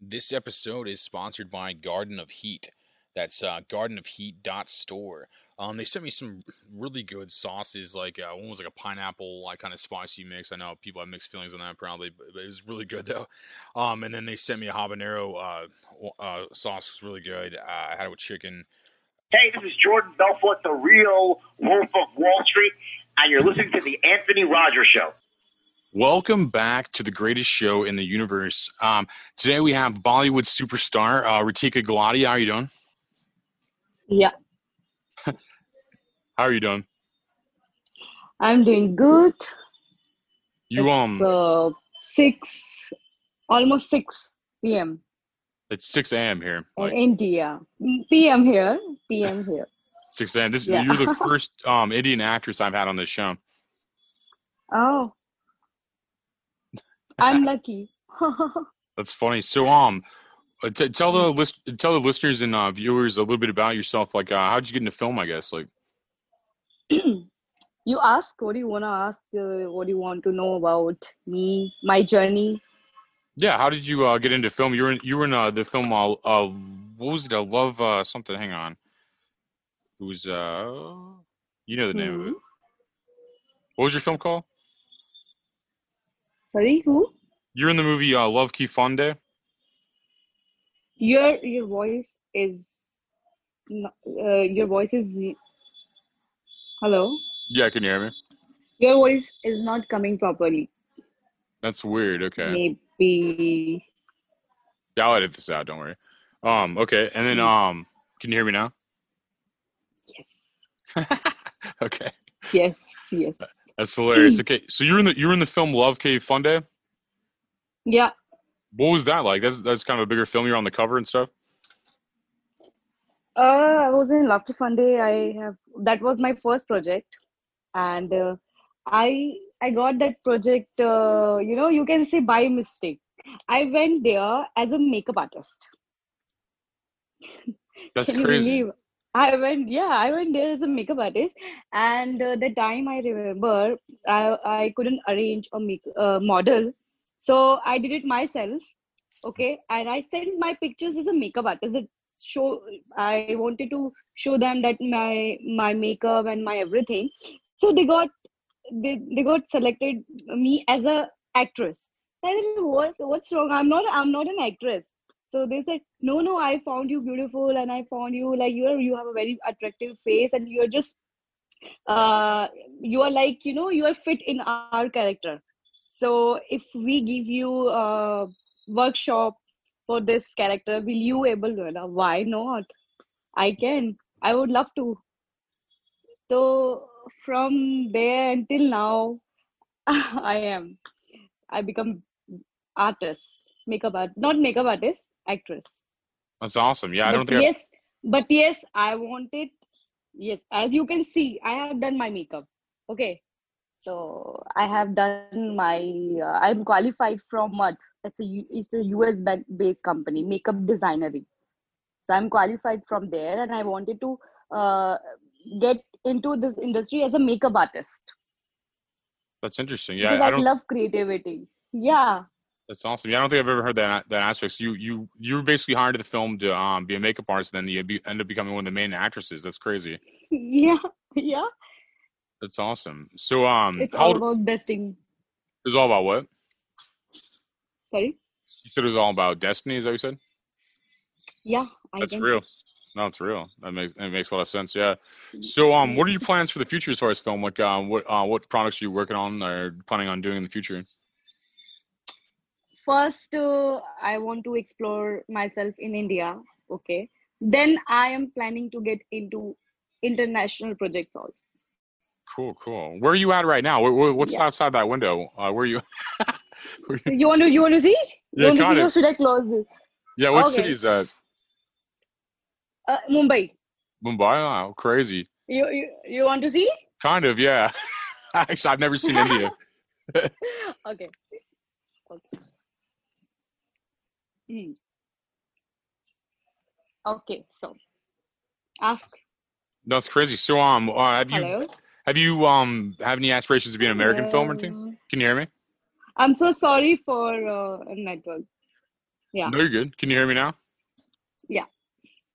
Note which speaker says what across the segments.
Speaker 1: This episode is sponsored by Garden of Heat. That's uh, gardenofheat.store. Um, they sent me some really good sauces. Like uh, one was like a pineapple, like kind of spicy mix. I know people have mixed feelings on that probably, but, but it was really good though. Um, and then they sent me a habanero uh, uh, sauce. Was really good. Uh, I had it with chicken.
Speaker 2: Hey, this is Jordan Belfort, the real Wolf of Wall Street, and you're listening to the Anthony Rogers Show.
Speaker 1: Welcome back to the greatest show in the universe. Um, today we have Bollywood superstar uh, Ritika Gulati. How are you doing?
Speaker 3: Yeah,
Speaker 1: How are you doing?
Speaker 3: I'm doing good.
Speaker 1: You um,
Speaker 3: It's, uh, six, almost six p.m.
Speaker 1: it's six a.m. here. Like
Speaker 3: in India. P.m. here. P.m. here.
Speaker 1: six a.m. This
Speaker 3: Yeah.
Speaker 1: you're the first um Indian actress I've had on this show.
Speaker 3: Oh, I'm lucky.
Speaker 1: That's funny. So um, uh, t- tell the list, tell the listeners and uh, viewers a little bit about yourself. Like, uh, how'd you get into film? I guess like
Speaker 3: you ask what do you wanna ask? Uh, what do you want to know about me, my journey?
Speaker 1: yeah, how did you uh, get into film? You were in, you were in uh, the film uh, uh what was it? I love uh, something. Hang on, it was uh you know the name of it.
Speaker 3: Hmm.
Speaker 1: What was your film called?
Speaker 3: Sorry, who?
Speaker 1: You're in the movie uh, Love Key Fonde.
Speaker 3: Your your voice is. no- Uh, your voice is. Hello.
Speaker 1: Yeah, can you hear me?
Speaker 3: Your voice is not coming properly.
Speaker 1: That's weird. Okay.
Speaker 3: Maybe
Speaker 1: Yeah, I'll edit this out. Don't worry. Um, okay, and then
Speaker 3: Mm.
Speaker 1: um, can you hear me now?
Speaker 3: yes,
Speaker 1: okay,
Speaker 3: yes, yes.
Speaker 1: that's
Speaker 3: Hmm.
Speaker 1: hilarious. Okay, so you're in the you're in the film Love Cave Fun Day.
Speaker 3: Yeah,
Speaker 1: What was that like? That's that's kind of a bigger film. You're on the cover and stuff.
Speaker 3: uh, I was in Laughter Fun Day. I have that was my first project, and uh, I I got that project. Uh, you know, you can say by mistake. I went there as a makeup artist.
Speaker 1: That's
Speaker 3: Can you
Speaker 1: crazy.
Speaker 3: believe? I went, yeah, I went there as a makeup artist, and uh, the time I remember, I I couldn't arrange a make uh, model, so I did it myself. Okay, and I sent my pictures as a makeup artist. That show I wanted to show them that my my makeup and my everything. So they got they, they got selected me as a actress. I said, what what's wrong? I'm not I'm not an actress. So they said, no, no, I found you beautiful and I found you like you are you have a very attractive face and you're just uh you are like you know you are fit in our character. So if we give you a workshop for this character, will you able to? And, uh, Why not? I can. I would love to. So from there until now, I am. I become artist, makeup art, not makeup artist, actress.
Speaker 1: That's awesome. Yeah, I don't
Speaker 3: but
Speaker 1: think. I-
Speaker 3: yes, but yes, I wanted. Yes, as you can see, I have done my makeup. Okay, so I have done my. Uh, I'm qualified from Mud. It's a U- it's a US ba- based company, makeup designery. So I'm qualified from there, and I wanted to uh, get into this industry as a makeup artist
Speaker 1: that's interesting. Yeah,
Speaker 3: because
Speaker 1: I
Speaker 3: I
Speaker 1: don't.
Speaker 3: love creativity. Yeah.
Speaker 1: That's awesome. Yeah, I don't think I've ever heard that that aspect. So you you you were basically hired to the film to um be a makeup artist, and then you be, end up becoming one of the main actresses. That's crazy.
Speaker 3: Yeah, yeah,
Speaker 1: That's awesome. So um,
Speaker 3: it's
Speaker 1: how
Speaker 3: all
Speaker 1: old, it
Speaker 3: about besting.
Speaker 1: was all about what?
Speaker 3: Sorry,
Speaker 1: You said it was all about destiny. Is that what you said?
Speaker 3: yeah, I
Speaker 1: That's
Speaker 3: can.
Speaker 1: real. No, it's real. That makes that makes a lot of sense. Yeah.
Speaker 3: Mm-hmm.
Speaker 1: So, um, what are your plans for the future as far as film? Like, um, what uh, what products are you working on or planning on doing in the future?
Speaker 3: first uh, i want to explore myself in india okay then i am planning to get into international projects also
Speaker 1: Cool, cool. Where are you at right now? Where, where- what's
Speaker 3: Yeah.
Speaker 1: outside that window? Uh, where are you? Where you-
Speaker 3: you want to you want to see you
Speaker 1: Yeah,
Speaker 3: want to
Speaker 1: got
Speaker 3: see
Speaker 1: it.
Speaker 3: or should i close this
Speaker 1: yeah, what
Speaker 3: okay
Speaker 1: city is that?
Speaker 3: uh, mumbai
Speaker 1: Mumbai. Oh, crazy.
Speaker 3: you, you you want to see
Speaker 1: Kind of. Yeah. Actually, I've never seen India.
Speaker 3: okay okay Hmm. okay so ask
Speaker 1: That's crazy. So, um, uh, have you
Speaker 3: hello
Speaker 1: have you um have any aspirations to be an American film or anything?
Speaker 3: Hello.
Speaker 1: Can you hear me?
Speaker 3: i'm so sorry for uh, network Yeah.
Speaker 1: No, you're good. Can you hear me now?
Speaker 3: Yeah.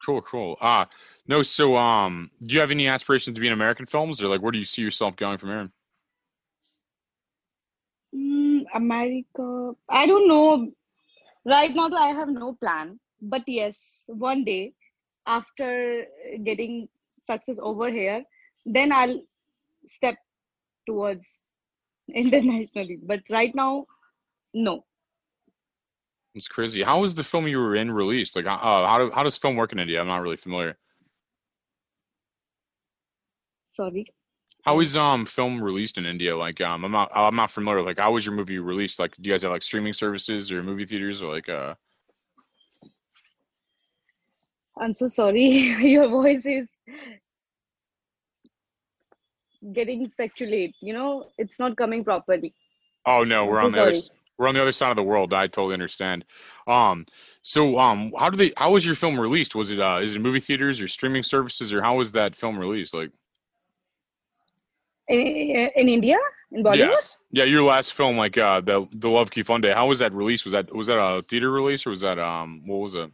Speaker 1: Cool, cool. Uh no, so um do you have any aspirations to be in American films or like where do you see yourself going from here?
Speaker 3: Mm, America. I don't know. Right now, I have no plan. But yes, one day after getting success over here, then I'll step towards internationally. But right now, no.
Speaker 1: It's crazy. How was the film you were in released? Like uh, how do, how does film work in India? I'm not really familiar.
Speaker 3: Sorry.
Speaker 1: How is um film released in India? Like um I'm not I'm not familiar. Like how was your movie released? Like do you guys have like streaming services or movie theaters or like uh
Speaker 3: I'm so sorry. Your voice is getting fluctuate. You know, it's not coming properly.
Speaker 1: Oh no, we're
Speaker 3: I'm so
Speaker 1: on the other
Speaker 3: sorry.
Speaker 1: s- we're on the other side of the world. I totally understand. Um, so um, how did they? How was your film released? Was it uh, is it movie theaters or streaming services or how was that film released? Like,
Speaker 3: In, in India, in
Speaker 1: yeah,
Speaker 3: Bollywood.
Speaker 1: yeah, your last film, like uh, the the Love Key Fun Day. How was that released? Was that was that a theater release or was that um, what was it?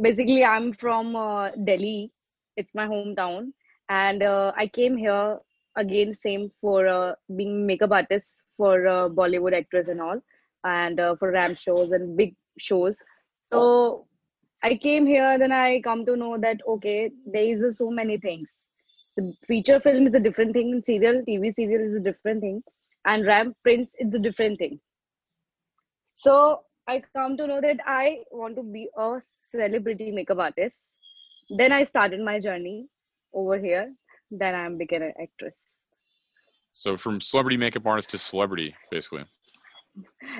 Speaker 3: Basically, I'm from uh, Delhi. It's my hometown, and uh, I came here again, same for uh, being makeup artist for uh, Bollywood actress and all, and uh, for ramp shows and big shows. So I came here, then I come to know that okay, there is a so many things. The feature film is a different thing, serial TV serial is a different thing, and ramp prints is a different thing. So I come to know that I want to be a celebrity makeup artist. Then I started my journey over here. Then I am became an actress.
Speaker 1: So from celebrity makeup artist to celebrity, basically.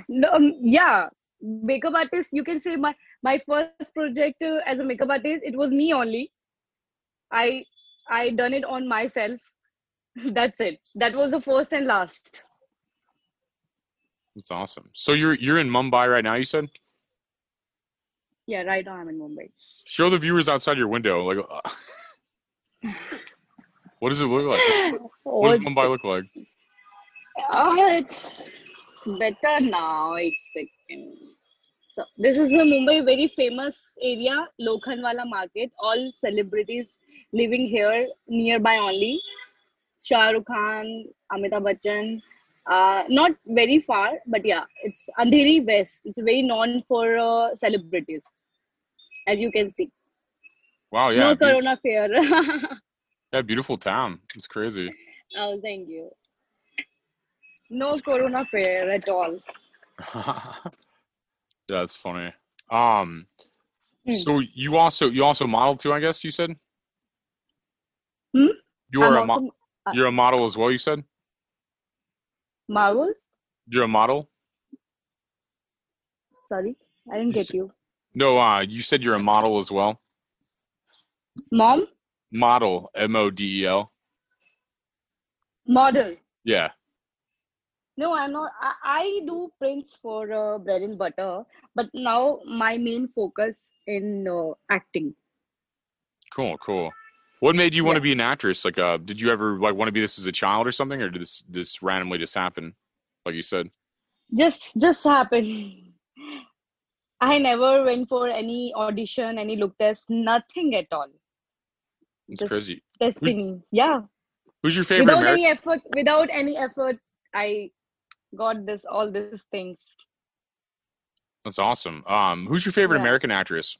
Speaker 3: No, um, yeah, makeup artist. You can say my my first project uh, as a makeup artist. It was me only. I I done it on myself. That's it. That was the first and last.
Speaker 1: That's awesome. So you're you're in Mumbai right now. You said
Speaker 3: Yeah, right now I'm in Mumbai.
Speaker 1: show the viewers outside your window. Like, uh, what does it look like? What
Speaker 3: Oh,
Speaker 1: does
Speaker 3: it's,
Speaker 1: Mumbai look like?
Speaker 3: oh, it's better now. It's second. So this is a Mumbai very famous area, Lokhandwala Market. All celebrities living here nearby only. Shah Rukh Khan, Amitabh Bachchan. Uh, not very far, but yeah, it's Andheri West. It's very known for uh, celebrities, as you can see.
Speaker 1: Wow, Oh, yeah,
Speaker 3: No
Speaker 1: be-
Speaker 3: Corona fear.
Speaker 1: yeah, beautiful town. It's crazy.
Speaker 3: oh, thank you. No
Speaker 1: That's crazy.
Speaker 3: Corona fear at all.
Speaker 1: That's funny. Um,
Speaker 3: Hmm.
Speaker 1: so you also you also model too, I guess you said?
Speaker 3: Hmm?
Speaker 1: You
Speaker 3: I'm
Speaker 1: are a mo-
Speaker 3: also uh,
Speaker 1: you're a model as well, you said?
Speaker 3: Marvel.
Speaker 1: You're a model?
Speaker 3: Sorry, I didn't
Speaker 1: You
Speaker 3: get
Speaker 1: s-
Speaker 3: you.
Speaker 1: No, uh, you said you're a model as well.
Speaker 3: Mom,
Speaker 1: Model, M O D E L.
Speaker 3: model.
Speaker 1: Yeah.
Speaker 3: No, I'm not. I, I do prints for uh, bread and butter, but now my main focus in uh, acting.
Speaker 1: Cool, cool. What made you want
Speaker 3: Yeah.
Speaker 1: to be an actress? Like, uh, did you ever like want to be this as a child or something, or did this this randomly just happen? Like you said.
Speaker 3: Just just happened. I never went for any audition, any look test, nothing at all.
Speaker 1: It's
Speaker 3: Just
Speaker 1: crazy. Who,
Speaker 3: destiny. Yeah.
Speaker 1: who's your Hmm. favorite
Speaker 3: Without
Speaker 1: American?
Speaker 3: any effort, without any effort, I got this all these things.
Speaker 1: That's awesome. Um, who's your favorite
Speaker 3: Yeah.
Speaker 1: American actress?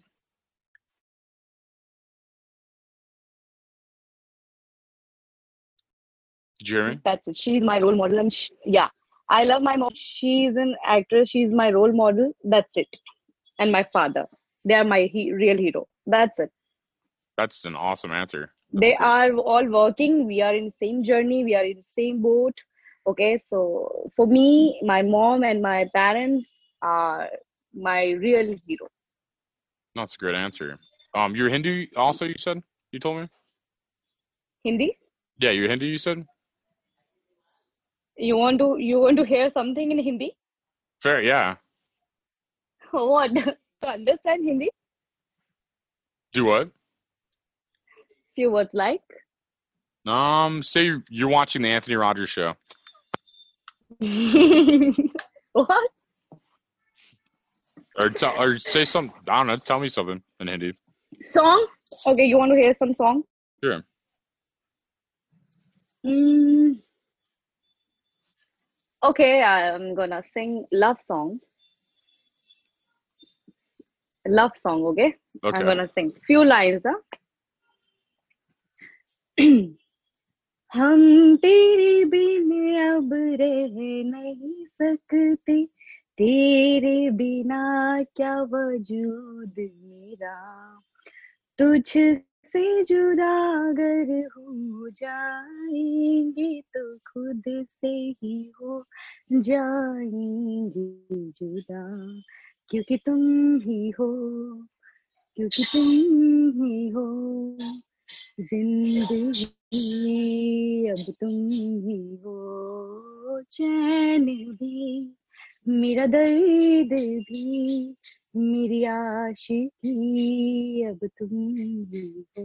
Speaker 1: Did you hear me?
Speaker 3: That's it. She's my role model, and sh yeah, I love my mom. She's an actress. She's my role model. That's it. And my father. They are my he real hero. That's it.
Speaker 1: That's an awesome answer. That's
Speaker 3: They
Speaker 1: great.
Speaker 3: are all working. We are in same journey. We are in same boat. Okay, so for me, my mom and my parents are my real hero.
Speaker 1: That's a great answer. Um, you're Hindu also, you said? You told me?
Speaker 3: Hindi?
Speaker 1: Yeah, you're Hindu, you said?
Speaker 3: You want to you want to hear something in Hindi?
Speaker 1: Fair, yeah.
Speaker 3: What? To understand Hindi?
Speaker 1: Do what?
Speaker 3: Few words like.
Speaker 1: Um, say you're, you're watching the Anthony Rogers show.
Speaker 3: What?
Speaker 1: Or, t- or say some. I don't know. Tell me something in Hindi.
Speaker 3: Song? Okay, you want to hear some song?
Speaker 1: Sure.
Speaker 3: Mm. Okay, I'm gonna sing love song. Love song, okay?
Speaker 1: Okay.
Speaker 3: I'm gonna sing few lines. Huh? हम तेरे बिन अब रह नहीं सकते तेरे बिना क्या वजूद मेरा तुझसे जुदा अगर हो जाएंगे तो खुद से ही हो जाएंगे जुदा क्योंकि तुम ही हो क्योंकि तुम ही हो जिंदगी अब तुम ही हो चैन भी मेरा दर्द भी मेरी आशिकी अब तुम ही हो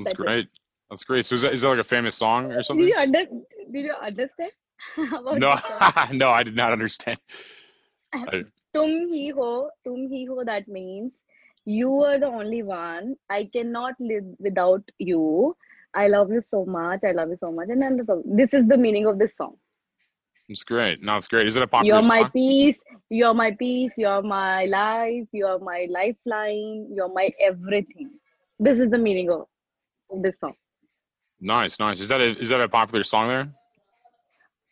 Speaker 1: That's great. That's great. So is that, is that like a famous song or
Speaker 3: Did
Speaker 1: something?
Speaker 3: you under did you understand? about
Speaker 1: No,
Speaker 3: this song?
Speaker 1: no, I did not understand.
Speaker 3: तुम ही हो तुम ही हो that means you are the only one i cannot live without you i love you so much i love you so much and then the song- this is the meaning of this song
Speaker 1: It's great. No, it's great. Is it a popular
Speaker 3: you're my
Speaker 1: song?
Speaker 3: peace you're my peace you're my life you're my lifeline you're my everything this is the meaning of of this song
Speaker 1: Nice, nice. Is that a is that a popular song there?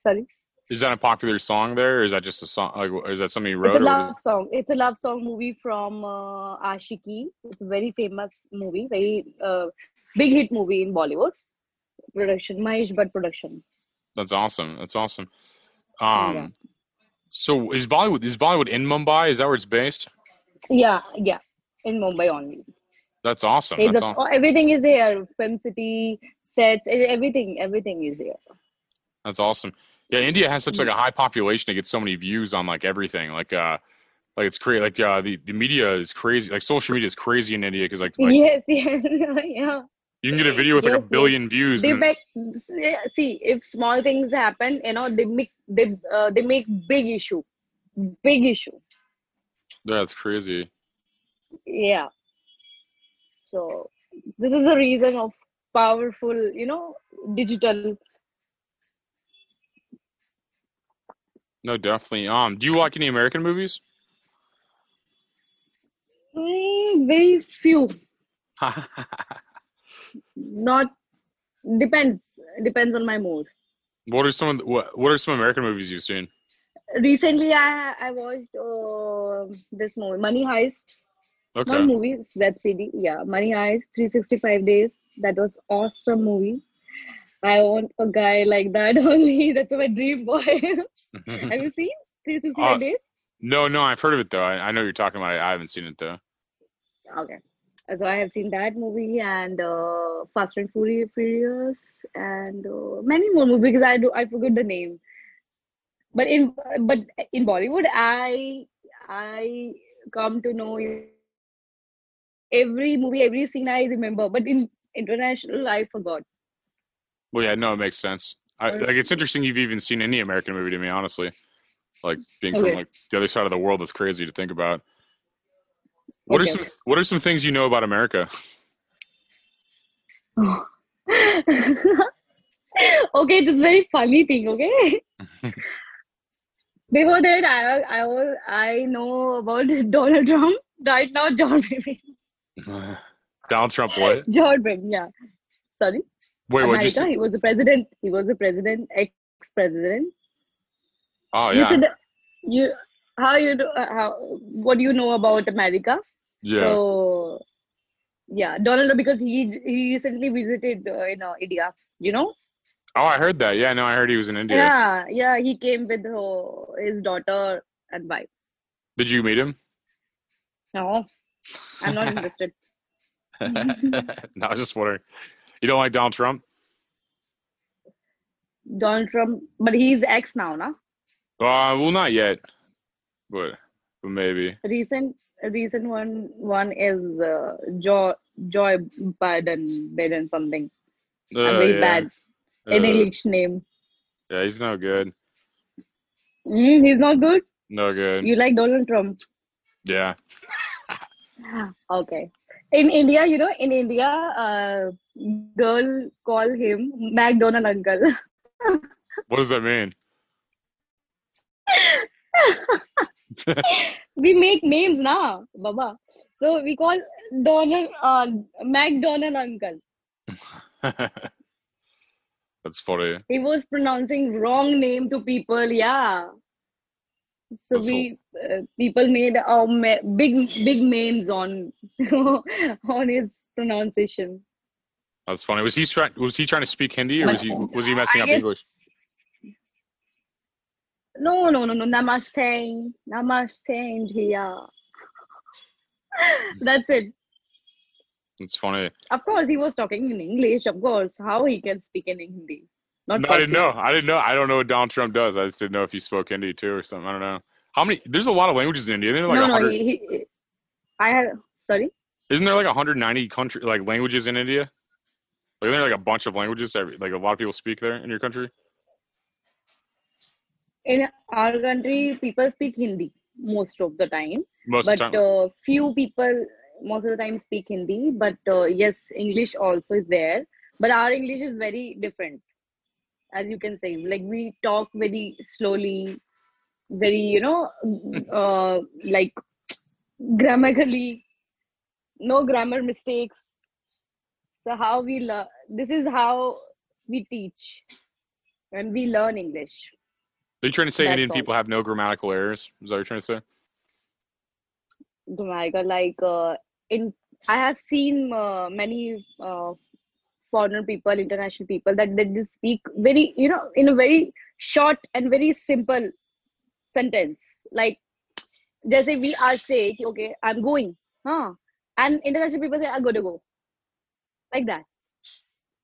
Speaker 3: sorry
Speaker 1: Is that a popular song there, or is that just a song? Like, is that something you wrote?
Speaker 3: it's a
Speaker 1: or
Speaker 3: love song it's a love song movie from uh, ashiki it's a very famous movie very uh, big hit movie in bollywood production mahesh Bhatt production
Speaker 1: That's awesome. That's awesome. Um,
Speaker 3: Yeah.
Speaker 1: so is Bollywood is Bollywood in Mumbai? Is that where it's based?
Speaker 3: yeah yeah in mumbai only
Speaker 1: That's awesome.
Speaker 3: There's
Speaker 1: That's
Speaker 3: a-
Speaker 1: all.
Speaker 3: oh, everything is here film city sets e- everything everything is here
Speaker 1: That's awesome. Yeah, India has such like a
Speaker 3: Mm-hmm.
Speaker 1: high population. It gets so many views on like everything. Like uh, like it's crazy. Like uh, the the media is crazy. Like social media is crazy in India because like, like
Speaker 3: yes yes yeah
Speaker 1: you can get a video with like a
Speaker 3: Yes, yes.
Speaker 1: billion views.
Speaker 3: they
Speaker 1: and-
Speaker 3: make see if small things happen you know they make they uh, they make big issue big issue
Speaker 1: yeah, that's crazy.
Speaker 3: yeah so this is the reason of powerful you know digital
Speaker 1: No, definitely. Um, do you like any American movies?
Speaker 3: mm, very few not depends depends on my mood
Speaker 1: what are some of the, what What are some American movies you've seen?
Speaker 3: recently i i watched uh, this movie money heist
Speaker 1: Okay,
Speaker 3: not movie it's web cd yeah money heist 365 days that was awesome movie i want a guy like that only that's my dream boy have you seen 365
Speaker 1: Uh,
Speaker 3: days
Speaker 1: no, no, I've heard of it though. I, I know what you're talking about. I, I haven't seen it though.
Speaker 3: okay so i have seen that movie and uh, fast and Furi- furious and uh, many more movies because i do i forgot the name but in but in bollywood i i come to know every movie every scene i remember but in international i forgot
Speaker 1: Well, yeah, no, it makes sense. I,
Speaker 3: Or-
Speaker 1: like, it's interesting you've even seen any American movie to me, honestly. Like being from
Speaker 3: Okay.
Speaker 1: like the other side of the world, that's crazy to think about. What
Speaker 3: Okay.
Speaker 1: are some What are some things you know about America?
Speaker 3: okay, this is very funny thing. Okay. Before that, I I was I know about Donald Trump. Right now, John Biden.
Speaker 1: Donald Trump, what?
Speaker 3: John Biden. Yeah. Sorry.
Speaker 1: Wait, what? Just
Speaker 3: America. He was the president. He was the president. Ex president.
Speaker 1: oh
Speaker 3: You
Speaker 1: yeah,
Speaker 3: said you how you do uh, how what do you know about America?
Speaker 1: yeah.
Speaker 3: So yeah, Donald because he he recently visited uh, in uh, India. You know.
Speaker 1: Oh, I heard that. Yeah, no, I heard he was in India.
Speaker 3: Yeah, yeah, he came with her, his daughter and wife.
Speaker 1: Did you meet him?
Speaker 3: No, I'm not interested.
Speaker 1: no, I was just wondering. You don't like Donald Trump?
Speaker 3: Donald Trump, but he's ex now, na?
Speaker 1: Uh, well, not yet, but but maybe.
Speaker 3: Recent, recent one, one is uh, Joy Joy Biden, Biden something.
Speaker 1: Uh,
Speaker 3: I'm very
Speaker 1: yeah.
Speaker 3: bad in
Speaker 1: Uh,
Speaker 3: English name.
Speaker 1: yeah, he's no good.
Speaker 3: Mm, he's not good.
Speaker 1: No good.
Speaker 3: You like Donald Trump?
Speaker 1: Yeah.
Speaker 3: Okay. In India, you know, in India, uh, girl call him McDonald Uncle.
Speaker 1: What does that mean?
Speaker 3: we make names now, Baba. So we call Donald uh, McDonald Uncle.
Speaker 1: That's funny.
Speaker 3: He was pronouncing wrong name to people. Yeah. So
Speaker 1: That's
Speaker 3: we uh, people made a ma- big big names on on his pronunciation.
Speaker 1: That's funny. Was he trying? Was he trying to speak Hindi, or was he was he messing
Speaker 3: I
Speaker 1: up
Speaker 3: guess-
Speaker 1: English?
Speaker 3: No, no, no, no. Namaste. Namaste, India. That's it.
Speaker 1: It's funny.
Speaker 3: Of course, he was talking in English. Of course, how he can speak in Hindi? Not
Speaker 1: No, I didn't know.
Speaker 3: possible.
Speaker 1: I didn't know. I don't know what Donald Trump does. I just didn't know if he spoke Hindi too or something. I don't know. How many? There's a lot of languages in India. Isn't there like a
Speaker 3: no, no.
Speaker 1: 100,
Speaker 3: He, he, he- I had sorry.
Speaker 1: Isn't there like 190 country like languages in India? Like, isn't there like a bunch of languages? that like a lot of people speak there in your country.
Speaker 3: In our country, people speak Hindi most of the time,
Speaker 1: Most of
Speaker 3: but
Speaker 1: the time.
Speaker 3: uh, few people most of the time speak Hindi. But uh, yes, English also is there. But our English is very different, as you can say. Like we talk very slowly, very you know, uh, like grammatically, no grammar mistakes. So how we learn? This is how we teach, and we learn English.
Speaker 1: Are you trying to say
Speaker 3: that's
Speaker 1: Indian
Speaker 3: all.
Speaker 1: people have no grammatical errors? Is that what you're trying to say?
Speaker 3: Grammatica, like uh, in I have seen uh, many uh, foreign people, international people that they just speak very, you know, in a very short and very simple sentence. Like, just say we are saying, okay, I'm going, huh? And international people say, I'm gonna go, like that.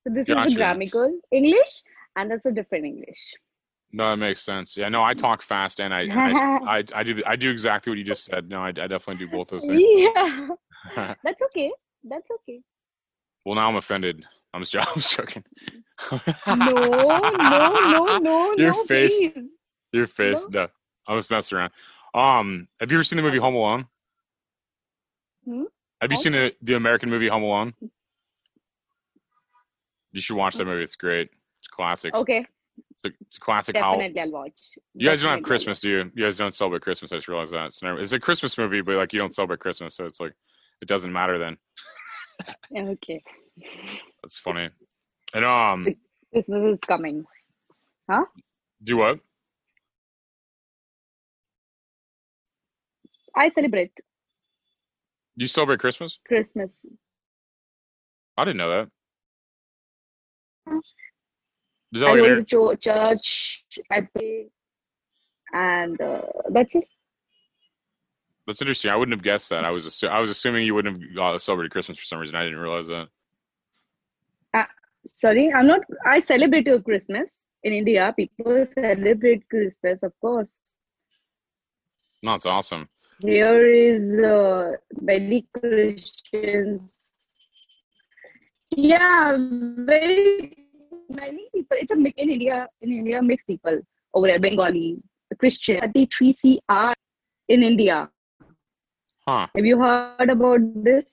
Speaker 3: So this is
Speaker 1: Gotcha.
Speaker 3: the grammatical English, and that's a different English.
Speaker 1: No, that makes sense. Yeah, no, I talk fast and I and I, I, I do I do exactly what you just said. No, I, I definitely do both those things.
Speaker 3: Yeah, that's okay. That's okay.
Speaker 1: well, now I'm offended. I'm just, I'm just joking.
Speaker 3: No, no, no, no,
Speaker 1: Your
Speaker 3: no,
Speaker 1: face.
Speaker 3: please.
Speaker 1: Your face.
Speaker 3: No.
Speaker 1: No, I'm just messing around. Um, have you ever seen the movie Home Alone?
Speaker 3: Hmm?
Speaker 1: Have you
Speaker 3: Huh?
Speaker 1: seen the, the American movie Home Alone? You should watch that movie. It's great. It's classic.
Speaker 3: Okay,
Speaker 1: It's a- it's a classic Halloween.
Speaker 3: definitely I'll watch.
Speaker 1: You guys don't have
Speaker 3: Definitely I'll
Speaker 1: Christmas, do you? You guys don't celebrate Christmas. I just realized that. It's, never, it's a Christmas movie, but like you don't celebrate Christmas, so it's like it doesn't matter then.
Speaker 3: watch. Okay,
Speaker 1: That's funny. And um,
Speaker 3: Christmas is coming.
Speaker 1: do what?
Speaker 3: I celebrate
Speaker 1: You celebrate Christmas?
Speaker 3: Christmas.
Speaker 1: I didn't know that. Is that
Speaker 3: I
Speaker 1: like
Speaker 3: go
Speaker 1: an,
Speaker 3: to cho- church. I pray, and uh, that's it.
Speaker 1: that's interesting. I wouldn't have guessed that. I was assu- I was assuming you wouldn't have uh, celebrated Christmas for some reason. I didn't realize that.
Speaker 3: Sorry, I'm not. I celebrate your Christmas in India. People celebrate Christmas, of course.
Speaker 1: No, it's awesome.
Speaker 3: Here is uh, very Christians. Yeah, very many people. It's a mix in India. In India, mixed people over there, Bengali, Christian, 33CR in India.
Speaker 1: Huh?
Speaker 3: Have you heard about this?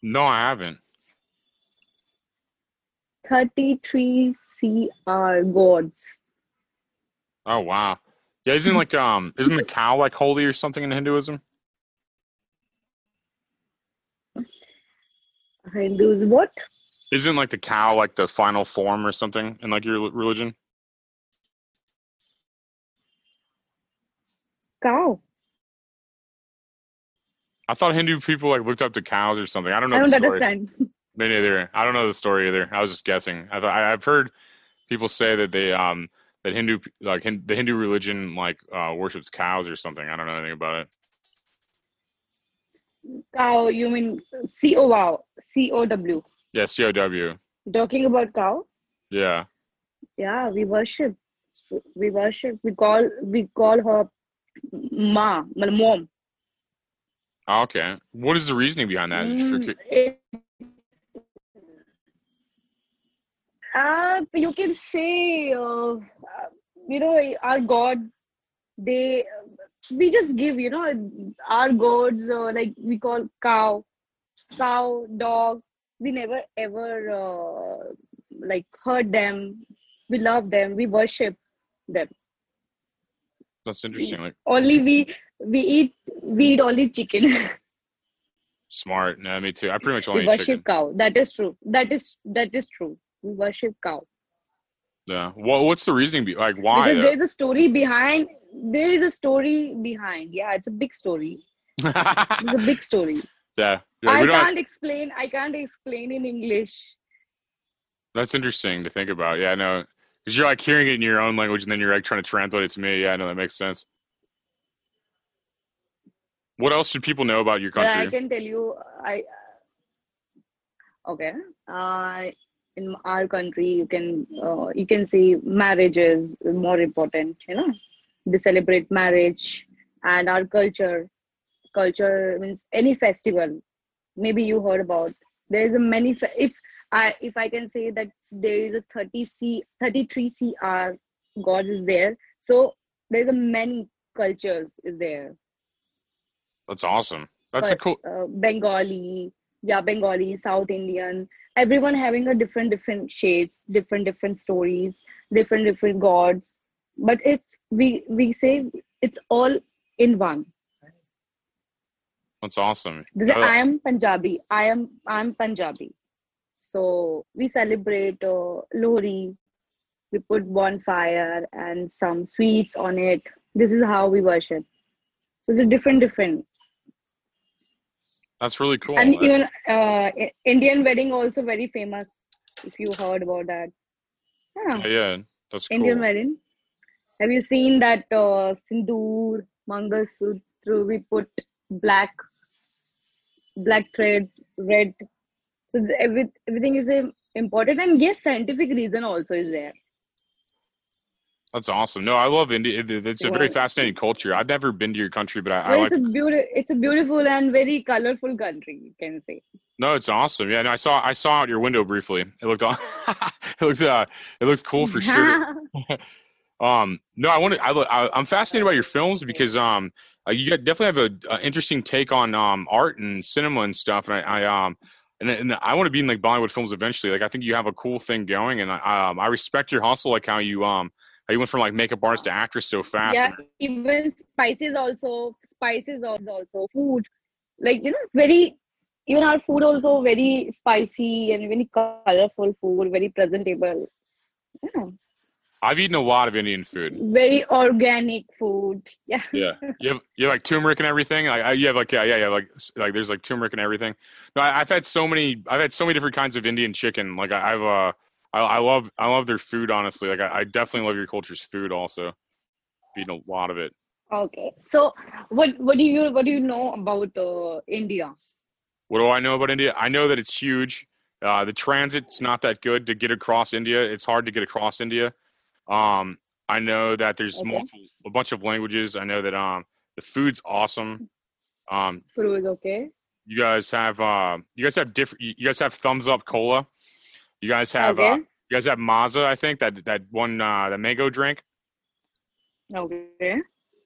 Speaker 1: No, I haven't.
Speaker 3: 33CR gods.
Speaker 1: Oh wow. Yeah, isn't like um, isn't the cow like holy or something in Hinduism?
Speaker 3: Hindus, what?
Speaker 1: Isn't like the cow like the final form or something in like your religion?
Speaker 3: Cow.
Speaker 1: I thought Hindu people like looked up to cows or something. I don't know
Speaker 3: I
Speaker 1: the
Speaker 3: don't
Speaker 1: story.
Speaker 3: understand.
Speaker 1: Me neither. I don't know the story either. I was just guessing. I've I- I've heard people say that they um that Hindu like Hin, the Hindu religion like uh, worships cows or something. I don't know anything about it.
Speaker 3: Cow, you mean C O wow. C O W.
Speaker 1: Yeah, C O W.
Speaker 3: Talking about cow?
Speaker 1: Yeah.
Speaker 3: Yeah, we worship. We worship. We call we call her ma, मतलब mom.
Speaker 1: Oh, okay. What is the reasoning behind that?
Speaker 3: Mm, it- Uh, you can say, uh, uh, you know, our God, they we just give you know our gods uh, like we call cow cow dog we never ever uh, like hurt them we love them we worship them
Speaker 1: That's interesting. Like
Speaker 3: only we we eat we eat only chicken
Speaker 1: smart. No, me too. I pretty much
Speaker 3: we
Speaker 1: only eat
Speaker 3: worship
Speaker 1: chicken.
Speaker 3: cow that is true that is that is true we worship cow
Speaker 1: Yeah. Well, what's the reasoning? Be- like why? uh?
Speaker 3: because there is a story behind there is a story behind yeah it's a big story
Speaker 1: yeah.
Speaker 3: it's a big story
Speaker 1: yeah.
Speaker 3: i
Speaker 1: we don't-
Speaker 3: can't explain i can't explain in english
Speaker 1: That's interesting to think about. Yeah, I know. Because you're like hearing it in your own language and then you're like trying to translate it to me. Yeah, I know that makes sense. What else should people know about your
Speaker 3: But I
Speaker 1: country?
Speaker 3: can tell you, I okay. Uh, in our country, you can uh, you can see marriage is more important. You know, they celebrate marriage and our culture. Culture means any festival. Maybe you heard about. There is a many. Fe- if I if I can say that there is a thirty c thirty three cr god is there. So there is a many cultures is there.
Speaker 1: That's awesome. That's a
Speaker 3: but-
Speaker 1: cool.
Speaker 3: Uh, Bengali, yeah, Bengali, South Indian, everyone having a different, different shades, different, different stories, different, different gods. But it's we we say it's all in one.
Speaker 1: That's awesome.
Speaker 3: This is,
Speaker 1: I-
Speaker 3: I am Punjabi. I am I'm Punjabi. So we celebrate uh, Lohri. We put bonfire and some sweets on it. This is how we worship. So it's a different, different.
Speaker 1: That's really cool.
Speaker 3: and
Speaker 1: Like,
Speaker 3: even uh, I- Indian wedding also very famous. If you heard about that, yeah,
Speaker 1: yeah, yeah, that's cool.
Speaker 3: Indian wedding. Have you seen that uh, sindoor, mangalsutra? We put black, black thread, red. So th- every, everything is im- important, and yes, scientific reason also is there.
Speaker 1: That's awesome. No, I love India. It- it- It's a very
Speaker 3: Well-
Speaker 1: fascinating culture. I've never been to your country, but I, I
Speaker 3: Well,
Speaker 1: like.
Speaker 3: it's a beautiful, it's a beautiful and very colorful country. You can say.
Speaker 1: No, it's awesome. Yeah, no, I saw I saw out your window briefly. It looked aw- it looked uh, it looked cool for sure. Um, no, I want to. I, lo- I, I'm fascinated by your films because um, uh, you got- definitely have a, a interesting take on um art and cinema and stuff. And I, I um, and, and I want to be in like Bollywood films eventually. Like I think you have a cool thing going, and I um, I respect your hustle, like how you um, how you went from like makeup artist to actress so fast.
Speaker 3: yeah even spices also spices al- also food like you know very even our food also very spicy and very colorful food very presentable yeah.
Speaker 1: I've eaten a lot of Indian food.
Speaker 3: very organic food yeah
Speaker 1: Yeah, you have you have like turmeric and everything. Like I, you have like yeah yeah yeah like s- like there's like turmeric and everything. No, I, I've had so many. I've had so many different kinds of Indian chicken. Like I, I've uh, I, I love I love their food honestly. Like I, I definitely love your culture's food also. I've eaten a lot of it.
Speaker 3: okay so what what do you what do you know about uh, india
Speaker 1: What do I know about India? I know that it's huge. Uh, the transit's not that good to get across India. It's hard to get across India. Um, I know that there's
Speaker 3: Okay.
Speaker 1: multiple a bunch of languages. I know that um the food's awesome. Um,
Speaker 3: Peru is okay
Speaker 1: You guys have uh, you guys have different. You you guys have thumbs up cola. You guys have
Speaker 3: okay
Speaker 1: uh, you guys have Mazza. I think that that one uh, the mango drink.
Speaker 3: okay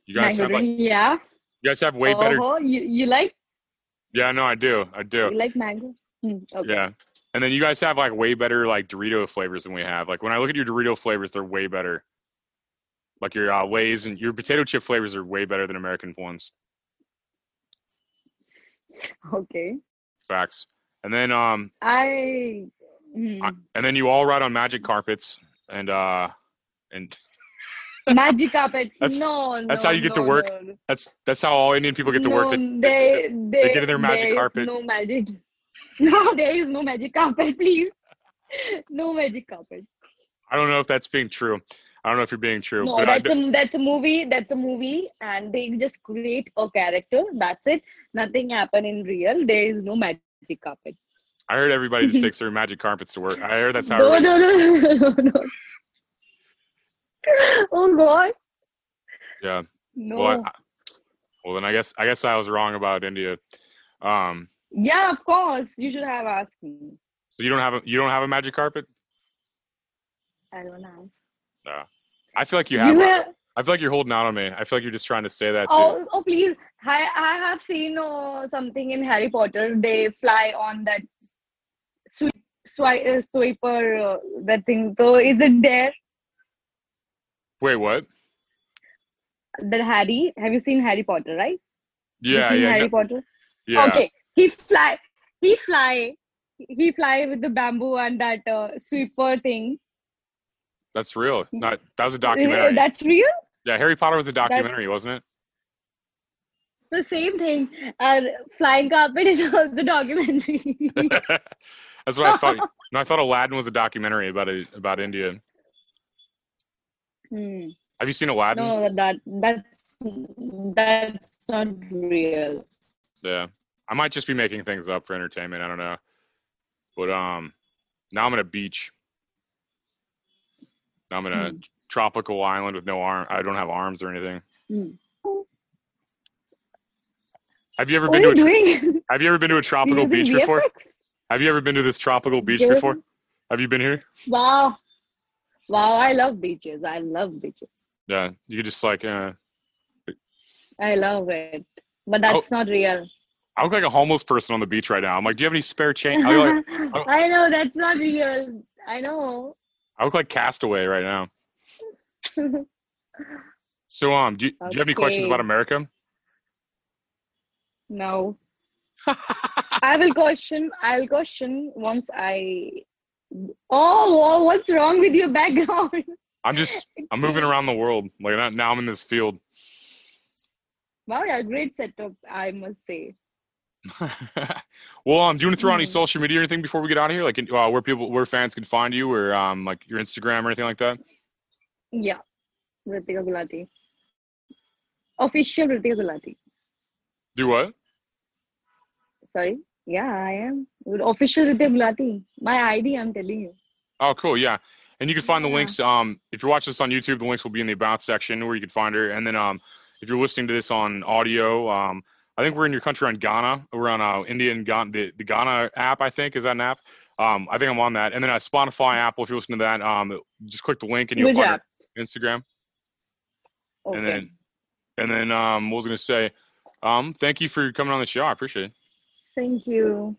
Speaker 1: You guys
Speaker 3: Mango
Speaker 1: have like
Speaker 3: drink, yeah
Speaker 1: you guys have way better.
Speaker 3: oh you, you like
Speaker 1: Yeah, no, I do, I do.
Speaker 3: you like mango Hmm, okay
Speaker 1: Yeah, and then you guys have like way better like Dorito flavors than we have. Like when I look at your Dorito flavors, they're way better. Like your uh, Lay's and your potato chip flavors are way better than American ones.
Speaker 3: okay
Speaker 1: Facts. And then um
Speaker 3: i hmm.
Speaker 1: and then you all ride on magic carpets and uh and
Speaker 3: magic carpets.
Speaker 1: That's-
Speaker 3: no, no.
Speaker 1: that's how you get to
Speaker 3: no,
Speaker 1: work.
Speaker 3: no, no.
Speaker 1: that's that's how all Indian people get to work.
Speaker 3: No,
Speaker 1: They-
Speaker 3: They, they,
Speaker 1: get in their magic
Speaker 3: there is
Speaker 1: carpet.
Speaker 3: No magic. No, there is no magic carpet, please. No magic carpet.
Speaker 1: I don't know if that's being true. I don't know if you're being true.
Speaker 3: No,
Speaker 1: but I
Speaker 3: that's a that's a movie. That's a movie, and they just create a character. That's it. Nothing happened in real. There is no magic carpet.
Speaker 1: I heard everybody just takes their magic carpets to work. I heard that's how.
Speaker 3: No,
Speaker 1: everybody-
Speaker 3: no, no, no, no. Oh God,
Speaker 1: Yeah.
Speaker 3: no.
Speaker 1: Well, I, well, then I guess I guess I was wrong about India. Um.
Speaker 3: yeah, of course. You should have asked me.
Speaker 1: So you don't have a you don't have a magic carpet?
Speaker 3: I don't know.
Speaker 1: No. I feel like you have.
Speaker 3: you
Speaker 1: one.
Speaker 3: have
Speaker 1: I feel like you're holding out on me. I feel like you're just trying to say that too.
Speaker 3: Oh, oh please! I I have seen uh, something in Harry Potter. They fly on that sweep, swi- uh, swiper uh, that thing. So is it there
Speaker 1: Wait, what?
Speaker 3: that Harry? Have you seen Harry Potter? Right? You've
Speaker 1: Yeah,
Speaker 3: seen
Speaker 1: yeah,
Speaker 3: Harry
Speaker 1: yeah,
Speaker 3: Potter.
Speaker 1: yeah.
Speaker 3: Okay. He fly. He fly. He fly with the bamboo and that uh, sweeper thing.
Speaker 1: That's real. Not that was a
Speaker 3: Uh,
Speaker 1: documentary.
Speaker 3: That's real.
Speaker 1: yeah, Harry Potter was a documentary, wasn't it?
Speaker 3: So same thing. Uh, flying carpet is also documentary.
Speaker 1: That's what I thought. No, I thought Aladdin was a documentary about a, about India.
Speaker 3: hmm.
Speaker 1: Have you seen Aladdin?
Speaker 3: No, no, that that's that's not real.
Speaker 1: Yeah. I might just be making things up for entertainment. I don't know. But um now I'm at a beach. Now I'm in a tropical island with no arm I don't have arms or anything.
Speaker 3: Hmm.
Speaker 1: Have you ever
Speaker 3: What
Speaker 1: been
Speaker 3: are
Speaker 1: to a
Speaker 3: you
Speaker 1: tr-
Speaker 3: doing?
Speaker 1: have you ever been to a tropical
Speaker 3: Using
Speaker 1: beach
Speaker 3: VFX?
Speaker 1: before? Have you ever been to this tropical beach
Speaker 3: Yeah.
Speaker 1: before? Have you been here?
Speaker 3: Wow, wow! I love beaches. I love beaches.
Speaker 1: Yeah. You just like uh
Speaker 3: I love it.
Speaker 1: Oh.
Speaker 3: But that's not real.
Speaker 1: I look like a homeless person on the beach right now. I'm like, do you have any spare change? I look like, I'll-
Speaker 3: I know that's not real. I know.
Speaker 1: I look like Castaway right now. So um, do you, do you have any questions
Speaker 3: Okay.
Speaker 1: about America?
Speaker 3: No. I will question. I will question once I. Oh, whoa, what's wrong with your background?
Speaker 1: I'm just I'm moving around the world. Like now- now I'm in this field.
Speaker 3: Wow, yeah, great setup, I must say.
Speaker 1: well, um, do you want to throw out any
Speaker 3: Hmm.
Speaker 1: social media or anything before we get out of here? Like uh, where people, where fans can find you, or um, like your Instagram or anything like that.
Speaker 3: Yeah, Ritika Gulati. Official Ritika Gulati.
Speaker 1: Do what?
Speaker 3: Sorry. Yeah, I am. Official Ritika Gulati. My ID, I'm telling you.
Speaker 1: Oh, cool. Yeah, and you can find the
Speaker 3: Yeah.
Speaker 1: links. Um, if you're watching this on YouTube, the links will be in the about section where you can find her. And then um, if you're listening to this on audio, um, I think we're in your country on Ghana. We're on uh, India and Ghana. The, the Ghana app, I think, is that an app? Um, I think I'm on that. And then a Spotify, Apple. If you're listening to that, um, just click the link and you'll
Speaker 3: Mm-hmm. Which
Speaker 1: find
Speaker 3: app?
Speaker 1: her Instagram.
Speaker 3: Okay.
Speaker 1: And then, and then, um, what was I gonna say? Um, thank you for coming on the show. I appreciate it.
Speaker 3: Thank you.